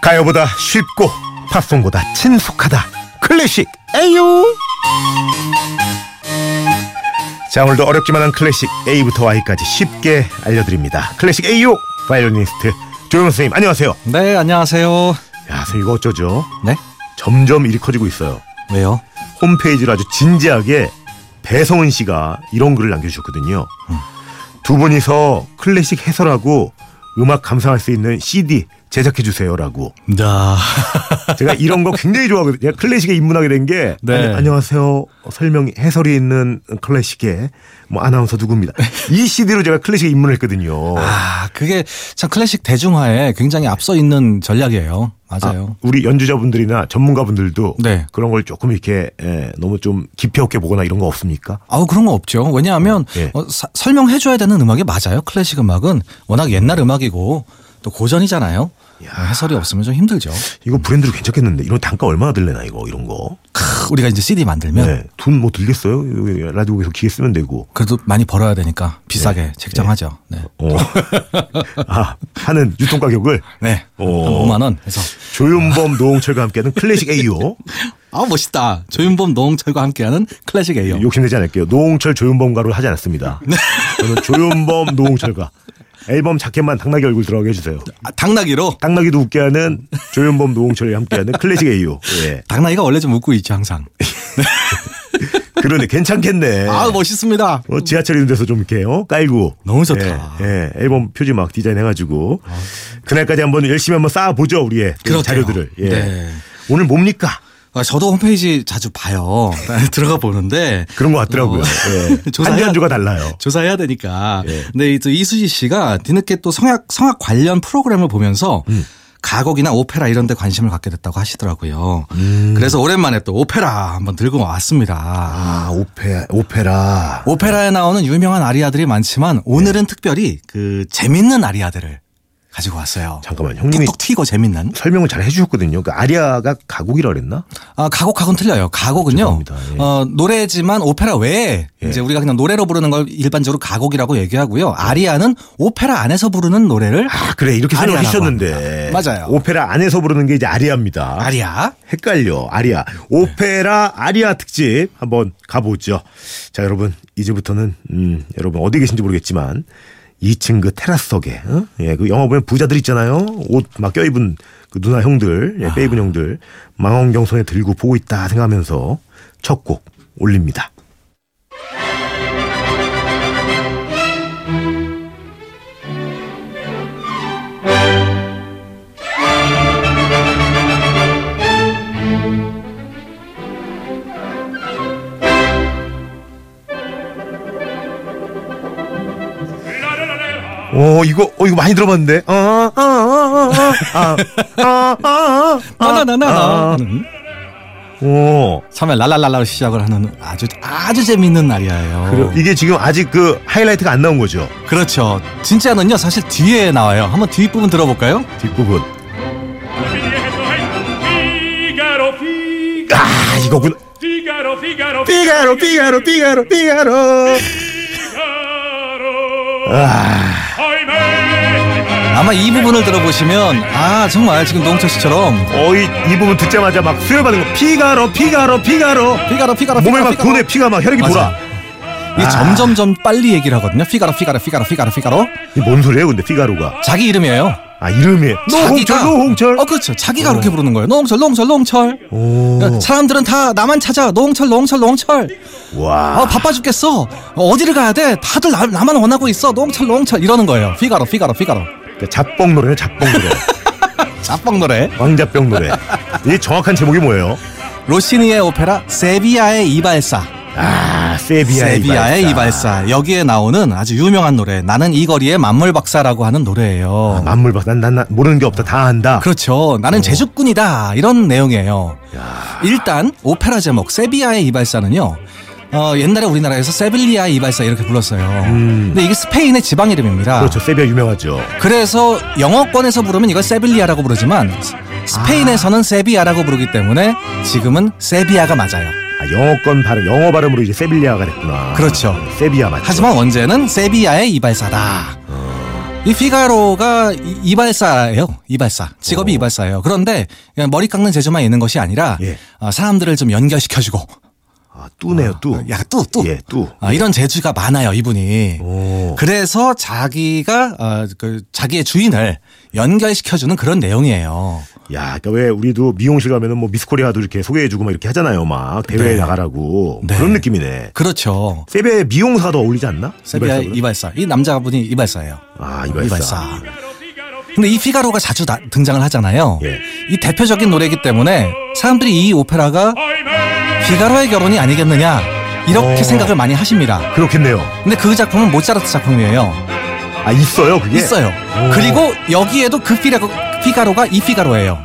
가요보다 쉽고 팝송보다 친숙하다 클래식 에유 자 오늘도 어렵기만한 클래식 A부터 Y까지 쉽게 알려드립니다 클래식 A요 바이올리니스트 조용 선생님 안녕하세요 네, 안녕하세요. 야 선생님 이거 어쩌죠 네? 점점 일이 커지고 있어요 왜요? 홈페이지를 아주 진지하게 배성은 씨가 이런 글을 남겨주셨거든요. 두 분이서 클래식 해설하고 음악 감상할 수 있는 CD 제작해 주세요라고. 나 제가 이런 거 굉장히 좋아하거든요. 제가 클래식에 입문하게 된 게 네. 안녕하세요. 설명 해설이 있는 클래식의 뭐 아나운서 누구입니다. 이 CD로 제가 클래식에 입문했거든요. 아, 그게 참 클래식 대중화에 굉장히 앞서 있는 전략이에요. 맞아요. 우리 연주자분들이나 전문가분들도 네. 그런 걸 조금 이렇게 예, 너무 좀 깊이 있게 보거나 이런 거 없습니까? 아우 그런 거 없죠. 왜냐하면 예. 어, 사- 설명해줘야 되는 음악이 맞아요. 클래식 음악은 워낙 옛날 음악이고 또 고전이잖아요. 해설이 없으면 좀 힘들죠. 이거 브랜드로 괜찮겠는데 이런 단가 얼마나 들려나 이거 이런 거. 크, 우리가 이제 CD 만들면 네. 돈 뭐 들겠어요? 여기 라디오에서 기계 쓰면 되고. 그래도 많이 벌어야 되니까 비싸게 책정하죠. 네, 어. 아, 하는 유통 가격을 네, 한 오. 5만 원 해서 조윤범 노홍철과 함께하는 클래식 AO 아 멋있다. 조윤범 노홍철과 함께하는 클래식 A요. 네, 욕심내지 않을게요. 노홍철 조윤범가로 하지 않았습니다. 네. 저는 조윤범 노홍철가 앨범 자켓만 당나귀 얼굴 들어가게 해주세요. 아, 당나귀로 당나귀도 웃게 하는 조윤범 노홍철이 함께하는 클래식 AO 예. 당나귀가 원래 좀 웃고 있죠 항상. 그러네 괜찮겠네. 아 멋있습니다. 어, 지하철 이런 데서 좀 이렇게 어? 깔고 너무 좋다. 예, 예, 앨범 표지 막 디자인해가지고 그날까지 한번 열심히 한번 쌓아보죠 우리의 그렇게요. 자료들을. 예. 네. 오늘 뭡니까? 아, 저도 홈페이지 자주 봐요. 들어가 보는데 그런 것 같더라고요. 어, 예. 조사해야- 한주 한주가 달라요. 조사해야 되니까. 예. 근데 이또 이수지 씨가 뒤늦게 또 성악 성악 관련 프로그램을 보면서 가곡이나 오페라 이런 데 관심을 갖게 됐다고 하시더라고요. 그래서 오랜만에 또 오페라 한번 들고 왔습니다. 아 오페 오페라. 오페라에 나오는 유명한 아리아들이 많지만 오늘은 특별히 그 재밌는 아리아들을 가지고 왔어요. 잠깐만 형님이 톡톡 튀고 재밌는. 설명을 잘 해주셨거든요. 그 아리아가 가곡이라 그랬나? 아, 가곡하고는 틀려요. 가곡은요. 죄송합니다. 예. 어, 노래지만 오페라 외에 예. 이제 우리가 그냥 노래로 부르는 걸 일반적으로 가곡이라고 얘기하고요. 아리아는 오페라 안에서 부르는 노래를 아 그래 이렇게 설명을 아리아라고 하셨는데 합니다. 맞아요. 오페라 안에서 부르는 게 이제 아리아입니다. 아리아. 헷갈려 아리아 오페라 아리아 특집 한번 가보죠. 자 여러분 이제부터는 음, 여러분 어디 계신지 모르겠지만 2층 그 테라스석에 어? 예그 영화 보면 부자들 있잖아요 옷 막 껴입은 그 누나 형들 예, 빼입은 형들 망원경 손에 들고 보고 있다 생각하면서 첫 곡 올립니다. 오 이거 어 이거 많이 들어봤는데 어, 나나나나. 아, 아아아아아아아아아오 음. 처음에 랄랄랄라로 시작을 하는 아주 아주 재밌는 아리아예요. 이게 지금 아직 그 하이라이트가 안 나온 거죠 그렇죠. 진짜는요. 사실 뒤에 나와요. 한번 뒷부분 들어볼까요? 뒷부분 Figaro, Figaro, 아 이거군 Figaro, Figaro, 삐가로 삐가로 삐가로 삐가로 Figaro. 아 Ahimè, 아마 이 부분을 들어보시면 아, 정말 지금 노홍철 씨처럼 어이 이 부분 듣자마자 막 수혈받는 거 피가로 피가로 피가로 피가로 피가로 몸에 막 피가로, 돈에 피가 막 혈액이 맞아요. 돌아 이게 점점점 빨리 얘기를 하거든요. 피가로 피가로 피가로 피가로 피가로. 이 뭔 소리예요 근데 피가로가 자기 이름이에요. 아 이름이 노홍철 자기가- 노홍철 어 그렇죠. 자기가 그렇게 부르는 거예요. 노홍철, 노홍철, 노홍철. 그러니까 오. 사람들은 다 나만 찾아. 노홍철, 노홍철, 노홍철. 와 아 바빠 죽겠어. 어, 어디를 가야 돼? 다들 나, 나만 원하고 있어. 노홍철, 노홍철 이러는 거예요. 피가로, 피가로, 피가로. 그러니까 잡뽕 노래네 잡뽕 노래 짜뻥 노래. 왕자병 노래 이 정확한 제목이 뭐예요? 로시니의 오페라 세비야의 이발사. 아 세비야의, 세비야의 이발사, 이발사. 여기에 나오는 아주 유명한 노래. 나는 이 거리의 만물 박사라고 하는 노래예요. 만물박 난, 난, 난 모르는 게 없다 다 안다 그렇죠. 어. 나는 제주꾼이다. 이런 내용이에요. 일단 오페라 제목 세비야의 이발사는요. 어, 옛날에 우리나라에서 세빌리아의 이발사 이렇게 불렀어요. 근데 이게 스페인의 지방 이름입니다. 음. 그렇죠 세비야 유명하죠 그래서 영어권에서 부르면 이걸 세빌리아라고 부르지만 스- 스페인에서는 세비야라고 부르기 때문에 지금은 세비야가 맞아요. 아, 영어권 발음 영어 발음으로 이제 세빌리아가 됐구나 그렇죠. 세비야 맞죠 하지만 원제는 세비야의 이발사다. 이 피가로가 이- 이발사예요. 이발사. 직업이 이발사예요. 그런데 그냥 머리 깎는 재주만 있는 것이 아니라 예. 어, 사람들을 좀 연결시켜주고 아, 뚜네요, 뚜. 야, 뚜, 뚜. 예, 뚜. 아, 이런 재주가 많아요, 이분이. 오. 그래서 자기가 어, 그 자기의 주인을 연결시켜주는 그런 내용이에요. 야, 그러니까 왜 우리도 미용실 가면은 뭐 미스코리아도 이렇게 소개해주고 막 이렇게 하잖아요, 막 대회에 네. 나가라고 네. 그런 느낌이네. 그렇죠. 세베 미용사가 더 어울리지 않나? 세비야 이발사보다? 이발사. 이 남자분이 이발사예요. 아, 이발사. 근데 이 피가로가 자주 나- 등장을 하잖아요. 예. 이 대표적인 노래이기 때문에 사람들이 이 오페라가 피가로의 결혼이 아니겠느냐 이렇게 어. 생각을 많이 하십니다. 그렇겠네요. 근데 그 작품은 모차르트 작품이에요. 아, 있어요, 그게? 있어요. 오. 그리고 여기에도 그 피가로, 피가로가 이 피가로예요.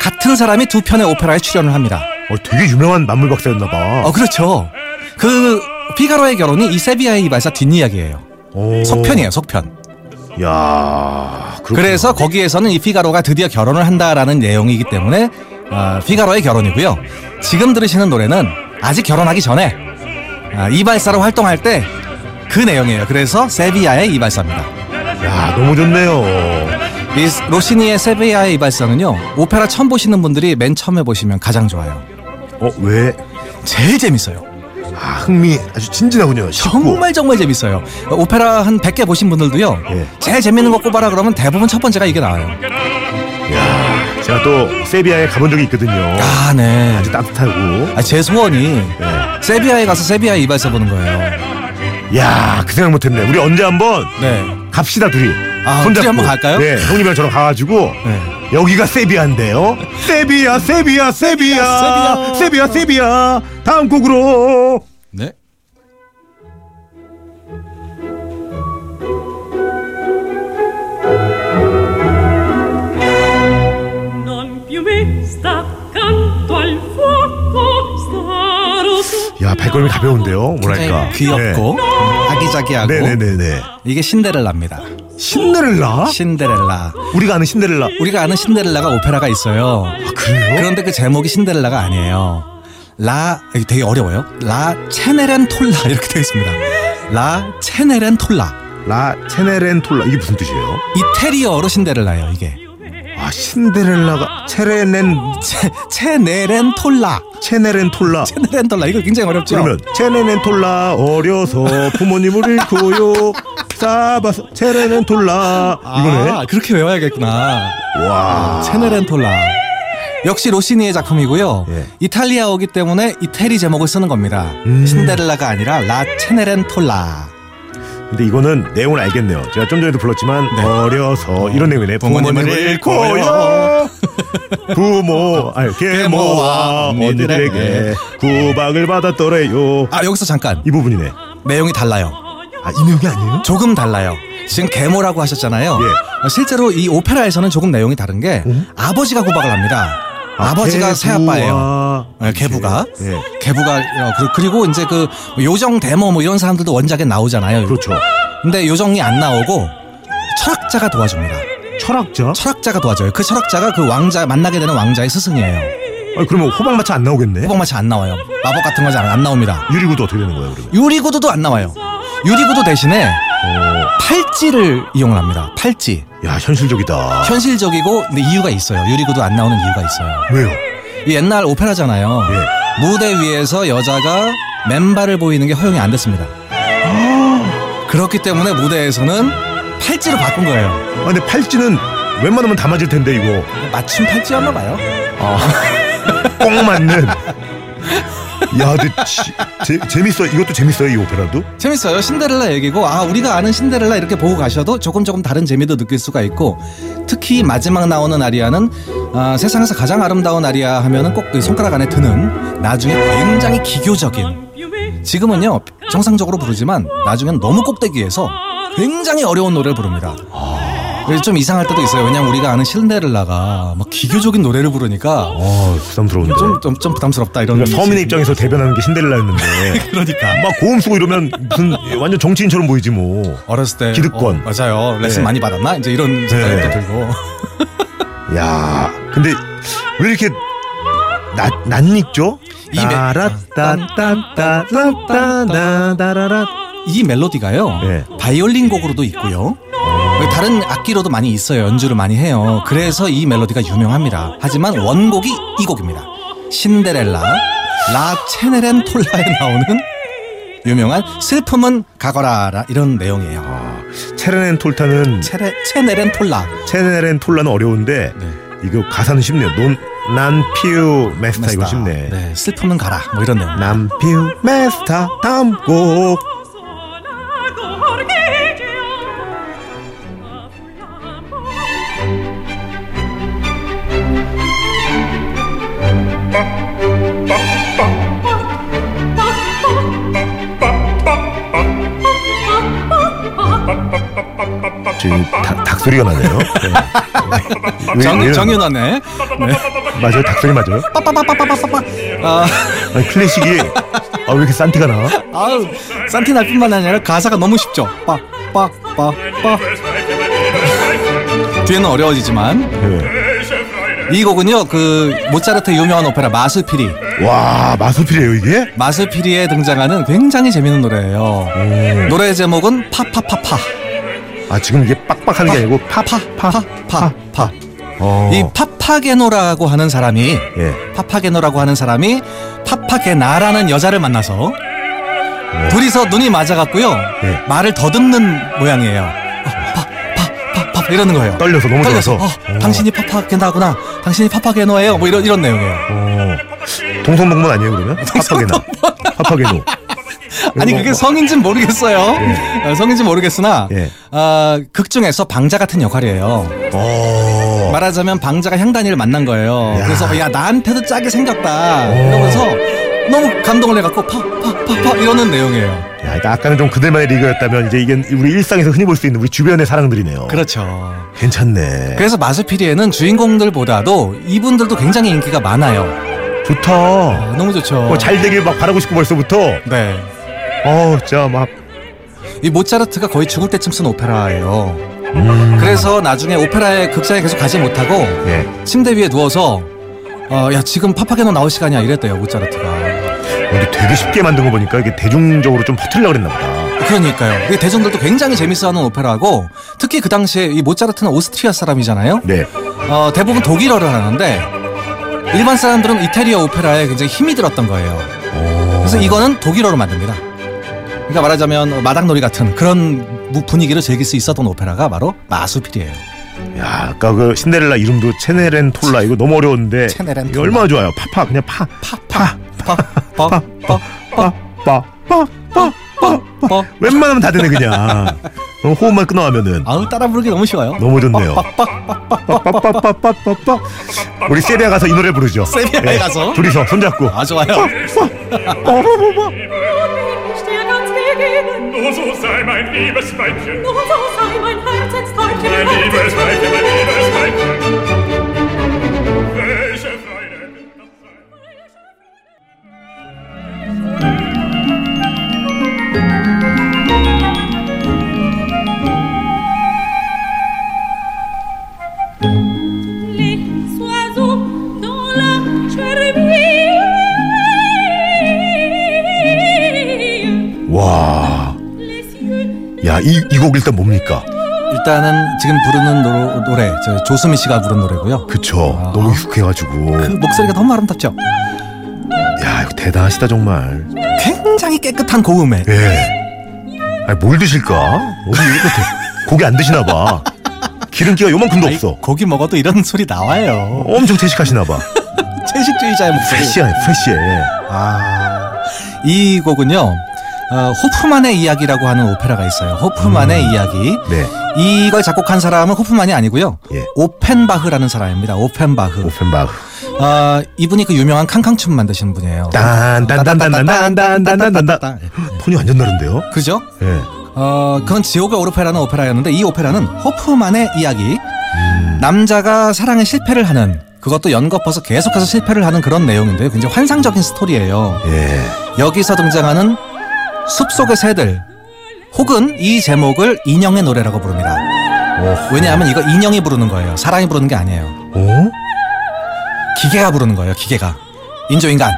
같은 사람이 두 편의 오페라에 출연을 합니다. 어, 되게 유명한 만물 박사였나봐. 어 그렇죠. 그 피가로의 결혼이 이 세비야의 이발사 뒷이야기예요. 속편이에요, 속편. 야 그렇구나. 그래서 거기에서는 이 피가로가 드디어 결혼을 한다라는 내용이기 때문에 아, 피가로의 결혼이고요. 지금 들으시는 노래는 아직 결혼하기 전에 아, 이발사로 활동할 때 그 내용이에요. 그래서 세비야의 이발사입니다. 야, 너무 좋네요. 이 로시니의 세비야의 이발사는요. 오페라 처음 보시는 분들이 맨 처음에 보시면 가장 좋아요. 어, 왜? 제일 재밌어요. 아, 흥미 아주 진진하군요. 쉽고. 정말 정말 재밌어요. 오페라 한 100개 보신 분들도요. 예. 제일 재밌는 거 꼽아라 그러면 대부분 첫 번째가 이게 나와요. 야, 제가 또 세비야에 가본 적이 있거든요. 아, 네. 어, 아주 따뜻하고. 아, 제 소원이 네. 세비야에 가서 세비야 이발사 보는 거예요. 야, 그 생각 못했네. 우리 언제 한번 네. 갑시다 둘이. 아, 손잡고. 둘이 한번 갈까요? 네, 형님이랑 저랑 가가지고 네. 여기가 세비야인데요. 세비야, 세비야, 세비야, 세비야. 세비야, 세비야. 다음 곡으로. 네. Non più me sta accanto al fuoco starò su 야, 발걸음이 가벼운데요. 뭐랄까. 귀엽고 아기자기하고 네, 네, 네, 네. 이게 신데렐라입니다. 신데렐라? 신데렐라. 우리가 아는 신데렐라. 우리가 아는 신데렐라가 오페라가 있어요. 아, 그래요? 그런데 그 제목이 신데렐라가 아니에요. 라 이게 되게 어려워요. 라 체네렌 톨라 이렇게 되어 있습니다. 라 체네렌 톨라. 라 체네렌톨라 이게 무슨 뜻이에요? 이태리어로 신데렐라예요, 이게. 아 신데렐라가 체레넨 체, 체네렌 톨라. 체네렌톨라 체네렌 톨라 이거 굉장히 어렵죠. 그러면 체네렌톨라 어려서 부모님을 잃고요 싸바서 체레넨톨라 이거네 아, 그렇게 외워야겠구나. 와 아. 체네렌톨라. 역시 로시니의 작품이고요. 예. 이탈리아어기 때문에 이태리 제목을 쓰는 겁니다. 음. 신데렐라가 아니라 라 체네렌톨라. 근데 이거는 내용을 알겠네요 제가 좀 전에도 불렀지만 어려서 이런 내용이네 네. 부모님을 부모님을 잃고요 잃고요. 부모 아니 계모와 계모와 언니들에게 언니들에게 구박을 받았더래요 아 여기서 잠깐 이 부분이네 아, 내용이 달라요. 아이 내용이 아니에요? 조금 달라요. 지금 계모라고 하셨잖아요. 예. 음? 어, 실제로 이 오페라에서는 조금 내용이 다른 게 아버지가 구박을 합니다. 아, 아, 버지가 개부와 새 아빠예요. 네, 개부가 예. 개부가 어, 그리- 그리고 이제 그 요정 대모 뭐 이런 사람들도 원작에 나오잖아요. 그렇죠 근데 요정이 안 나오고 철학자가 도와줍니다. 철학자? 철학자가 도와줘요. 그 철학자가 그 왕자 만나게 되는 왕자의 스승이에요. 아 그러면 호박마차 안 나오겠네? 호박마치 안 나와요. 마법 같은 거잘안 나옵니다. 유리구도 어떻게 되는 거예요 그러면? 유리구두도 안 나와요. 유리구두 대신에 어, 팔찌를 이용을 합니다. 팔찌. 야 현실적이다. 현실적이고 근데 이유가 있어요. 유리구두 안 나오는 이유가 있어요. 왜요? 이 옛날 오페라잖아요. 예. 무대 위에서 여자가 맨발을 보이는 게 허용이 안 됐습니다. 그렇기 때문에 무대에서는 팔찌로 바꾼 거예요. 아 근데 팔찌는 웬만하면 다 맞을 텐데 이거 맞춤 팔찌였나 봐요. 꼭 맞는. 야, 근데 지- 재, 재밌어. 이것도 재밌어요 이 오페라도. 재밌어요. 신데렐라 얘기고 아 우리가 아는 신데렐라 이렇게 보고 가셔도 조금 조금 다른 재미도 느낄 수가 있고 특히 마지막 나오는 아리아는 아, 세상에서 가장 아름다운 아리아 하면은 꼭그 손가락 안에 드는 나중에 굉장히 기교적인 Non più me 지금은요 정상적으로 부르지만 나중엔 너무 꼭대기에서 굉장히 어려운 노래를 부릅니다. 그래서 좀 이상할 때도 있어요. 왜냐면 우리가 아는 신데렐라가 막 기교적인 노래를 부르니까 아, 부담스러운데. 좀, 좀, 좀 부담스럽다 이런 그러니까 서민의 입장에서 대변하는 게 신데렐라였는데. 그러니까 막 고음 쓰고 이러면 무슨 완전 정치인처럼 보이지 뭐. 어렸을 때 기득권. 어, 맞아요 레슨 네. 많이 받았나 이제 이런 생각이 네. 또 들고 야, 근데 왜 이렇게 나, 낯익죠? 이 매- 따라따따따라따다다라라 이 멜로디가요 네. 바이올린 곡으로도 있고요 다른 악기로도 많이 있어요. 연주를 많이 해요. 그래서 이 멜로디가 유명합니다. 하지만 원곡이 이 곡입니다. 신데렐라 라 체네렌 톨라에 나오는 유명한 슬픔은 가거라 라 이런 내용이에요. 체르넨 톨타는 체레, 체네렌 톨라 아, 체르넨 톨라는 어려운데 네. 이거 가사는 쉽네요. 논, 난 피우 메스타 이거 마스터. 쉽네. 네, 슬픔은 가라 뭐 이런 내용. 난 피우 메스타 다음 곡. sola gorgheggia ma fu l'amore 지금 닭, 닭 소리가 나네요. 네. 왜- 정, 왜요? 정윤원의 맞아요, 닭 소리 맞아요. 빠빠빠빠빠빠빠. 아, 아니, 클래식이 아, 왜 이렇게 산티가 나? 아우 산티 날 뿐만 아니라 가사가 너무 쉽죠. 빠빠빠빠 뒤에는 어려워지지만 네. 이 곡은요 그 모차르트 유명한 오페라 마술피리 와 마술필이에요 이게? 마술피리에 등장하는 굉장히 재밌는 노래예요. 음. 노래 제목은 파파파파 아 지금 이게 빡빡하는 게 아니고 파파파파파 어. 이 파파게노라고 하는 사람이 예. 파파게노라고 하는 사람이 파파게나라는 여자를 만나서 둘이서 눈이 맞아갖고요 네. 말을 더듬는 모양이에요. 어, 파파파파 이러는 거예요. 떨려서 너무 떨려서 떨려서. 어, 당신이 파파게나구나, 당신이 파파게노예요. 뭐 이런 이런 내용이에요. 어. 동성복문 아니에요 그러면? 파파게나. 파파게노. 아니 뭐, 그게 뭐. 성인지는 모르겠어요. 어, 성인지 모르겠으나 예. 아, 극 중에서 방자 같은 역할이에요. 어. 말하자면 방자가 향단이를 만난 거예요. 야. 그래서 야 나한테도 짜게 생겼다 이러면서 너무 감동을 해갖고 파파파파 이러는 내용이에요. 야, 그러니까 아까는 좀 그들만의 리그였다면 이제 이게 우리 일상에서 흔히 볼 수 있는 우리 주변의 사랑들이네요. 그렇죠. 괜찮네. 그래서 마스피리에는 주인공들보다도 이분들도 굉장히 인기가 많아요. 좋다. 아, 너무 좋죠. 어, 잘 되길 막 바라고 싶고 벌써부터. 네. 어, 진짜 막 이 모차르트가 거의 죽을 때쯤 쓴 오페라예요. 그래서 나중에 오페라의 극장에 계속 가지 못하고 예. 침대 위에 누워서 어, 야 지금 파파게노 나올 시간이야 이랬대요 모차르트가. 근데 되게 쉽게 만든 거 보니까 이게 대중적으로 좀 퍼트려 그랬나 보다. 그러니까요. 이게 대중들도 굉장히 재밌어하는 오페라고 특히 그 당시에 이 모차르트는 오스트리아 사람이잖아요. 네. 어, 대부분 독일어를 하는데 일반 사람들은 이탈리아 오페라에 굉장히 힘이 들었던 거예요. 어. 그래서 이거는 독일어로 만듭니다. 그러니까 말하자면 마당놀이 같은 그런 무- 분위기를 즐길 수 있었던 오페라가 바로 마수필이에요. 야, 아까 그 신데렐라 이름도 체네렌 톨라 이거 너무 어려운데 체네렌 이게 톨라. 얼마나 좋아요. 파파 그냥 파. 파파. 파파파파파파파 파파파파파 웬만하면 다 되네 그냥. 그럼 호흡만 끊어하면은 아우 따라 부르기 너무 쉬워요. 너무 좋네요. 빡빡빡빡. 빠빠빠빠빠빠. 우리 세비야 가서 이 노래 부르죠. 세비야에 가서? 예. 둘이서 손잡고. 아 좋아요. 빠빠빠빠빠. ich dir ganz gegeben Nur so sei mein liebes Weibchen, nur so sei mein Herzensteilchen mein liebes Weibchen, mein Herzensteilchen liebes Weibchen. Welche Freude wird das sein? les oiseaux dans la cherbille 와. les cieux 야, 이 이 곡 일단 뭡니까? 일단은 지금 부르는 노, 노래 저 조수미 씨가 부른 노래고요. 그쵸. 너무 익숙해 가지고. 그 목소리가 너무 아름답죠. 야, 이거 대단하시다 정말. 굉장히 깨끗한 고음에 예. 아니 뭘 드실까? 어디 이렇게 고기 안 드시나 봐. 기름기가 요만큼도 아이, 없어. 고기 먹어도 이런 소리 나와요. 엄청 채식하시나 봐. 채식주의자의 목소리. 아. 프레시해, 프레시해. 이 곡은요. 어, 호프만의 이야기라고 하는 오페라가 있어요. 호프만의 이야기. 네. 이걸 작곡한 사람은 호프만이 아니고요. 예. 오펜바흐라는 사람입니다. 오펜바흐. 오펜바흐. 아, 어, 이분이 그 유명한 캉캉춤 만드신 분이에요. 딴딴딴딴딴딴딴딴딴딴. 톤이 완전 다른데요? 그죠? 예. 어, 그건 지옥의 오페라는 오페라였는데 이 오페라는 호프만의 이야기. 남자가 사랑에 실패를 하는 그것도 연거푸서 계속해서 실패를 하는 그런 내용인데요. 굉장히 환상적인 스토리예요. 예. 여기서 등장하는 숲속의 새들 혹은 이 제목을 인형의 노래라고 부릅니다. 어. 왜냐하면 이거 인형이 부르는 거예요. 사람이 부르는 게 아니에요. 어? 기계가 부르는 거예요. 기계가 인조인간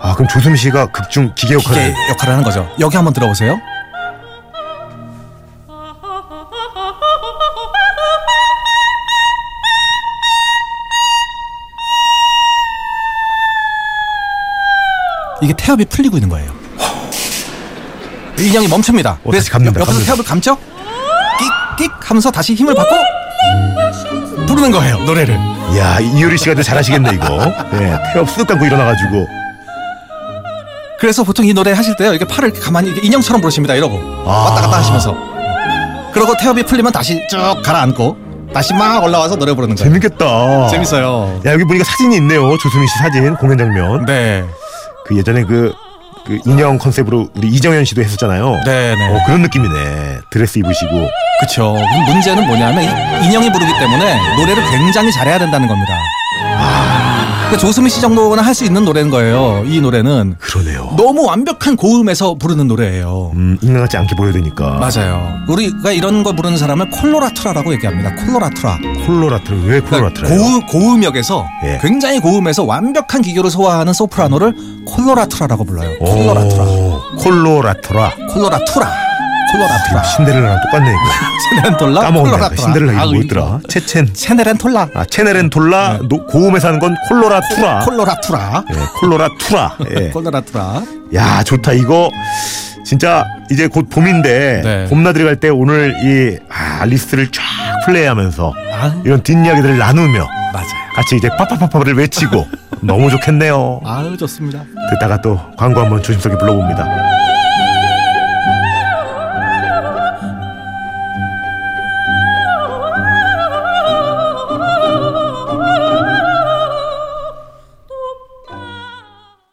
아, 그럼 조수미 씨가 극중 기계 기계 역할을. 역할을 하는 거죠. 여기 한번 들어보세요. ah, ah, ah, ah, ah, 이게 태엽이 풀리고 있는 거예요. 이 인형이 멈춥니다. 오, 다시 갑니다, 옆에서 갑니다. 태엽을 감죠? 끽, 끽 하면서 다시 힘을 받고 부르는 거예요, 노래를. 야 이효리 씨가 더 잘하시겠네 이거. 예, 태엽 쓱 감고 일어나가지고. 그래서 보통 이 노래 하실 때요, 이렇게 팔을 이렇게 가만히 이렇게 인형처럼 부르십니다, 이러고. 아. 왔다 갔다 하시면서. 그러고 태엽이 풀리면 다시 쭉 가라앉고, 다시 막 올라와서 노래 부르는 거예요. 재밌겠다. 재밌어요. 야 여기 보니까 사진이 있네요. 조수민 씨 사진 공연 장면. 네. 그 예전에 그, 그 인형 컨셉으로 우리 이정현 씨도 했었잖아요. 네, 네. 어, 그런 느낌이네. 드레스 입으시고. 그쵸. 그럼 문제는 뭐냐면 이 인형이 부르기 때문에 노래를 굉장히 잘해야 된다는 겁니다. 그러니까 조수미 씨 정도는 할 수 있는 노래인 거예요. 이 노래는 그러네요. 너무 완벽한 고음에서 부르는 노래예요. 음, 인간 같지 않게 보여야 되니까. 맞아요. 우리가 이런 거 부르는 사람을 콜로라트라라고 얘기합니다. 콜로라트라. 콜로라트라. 왜 콜로라트라예요? 그러니까 고음, 고음역에서 예. 굉장히 고음에서 완벽한 기교를 소화하는 소프라노를 그러니까 콜로라트라라고 불러요. 오, 콜로라트라. 어. 콜로라트라. 콜로라투라. 콜로라투라. 아, 신데렐라랑 똑같네 이거. 체네렌톨라. 까먹었네. 아, 콜로라투라. 이거. 신데렐라 아, 이름 뭐 있더라? 체첸. 체네렌톨라. 아 체네렌톨라 노- 고음에서 하는 건 콜로라투라. 콜로라투라. 예, 콜로라투라. 아. 예. 콜로라투라. 야 좋다 이거 진짜 이제 곧 봄인데 네. 봄나들이 갈 때 오늘 이 아, 알리스를 쫙 플레이하면서 아. 이런 뒷이야기들을 나누며 맞아요. 같이 이제 파파파파를 외치고 너무 좋겠네요 아유 좋습니다. 듣다가 또 광고 한번 조심스럽게 불러봅니다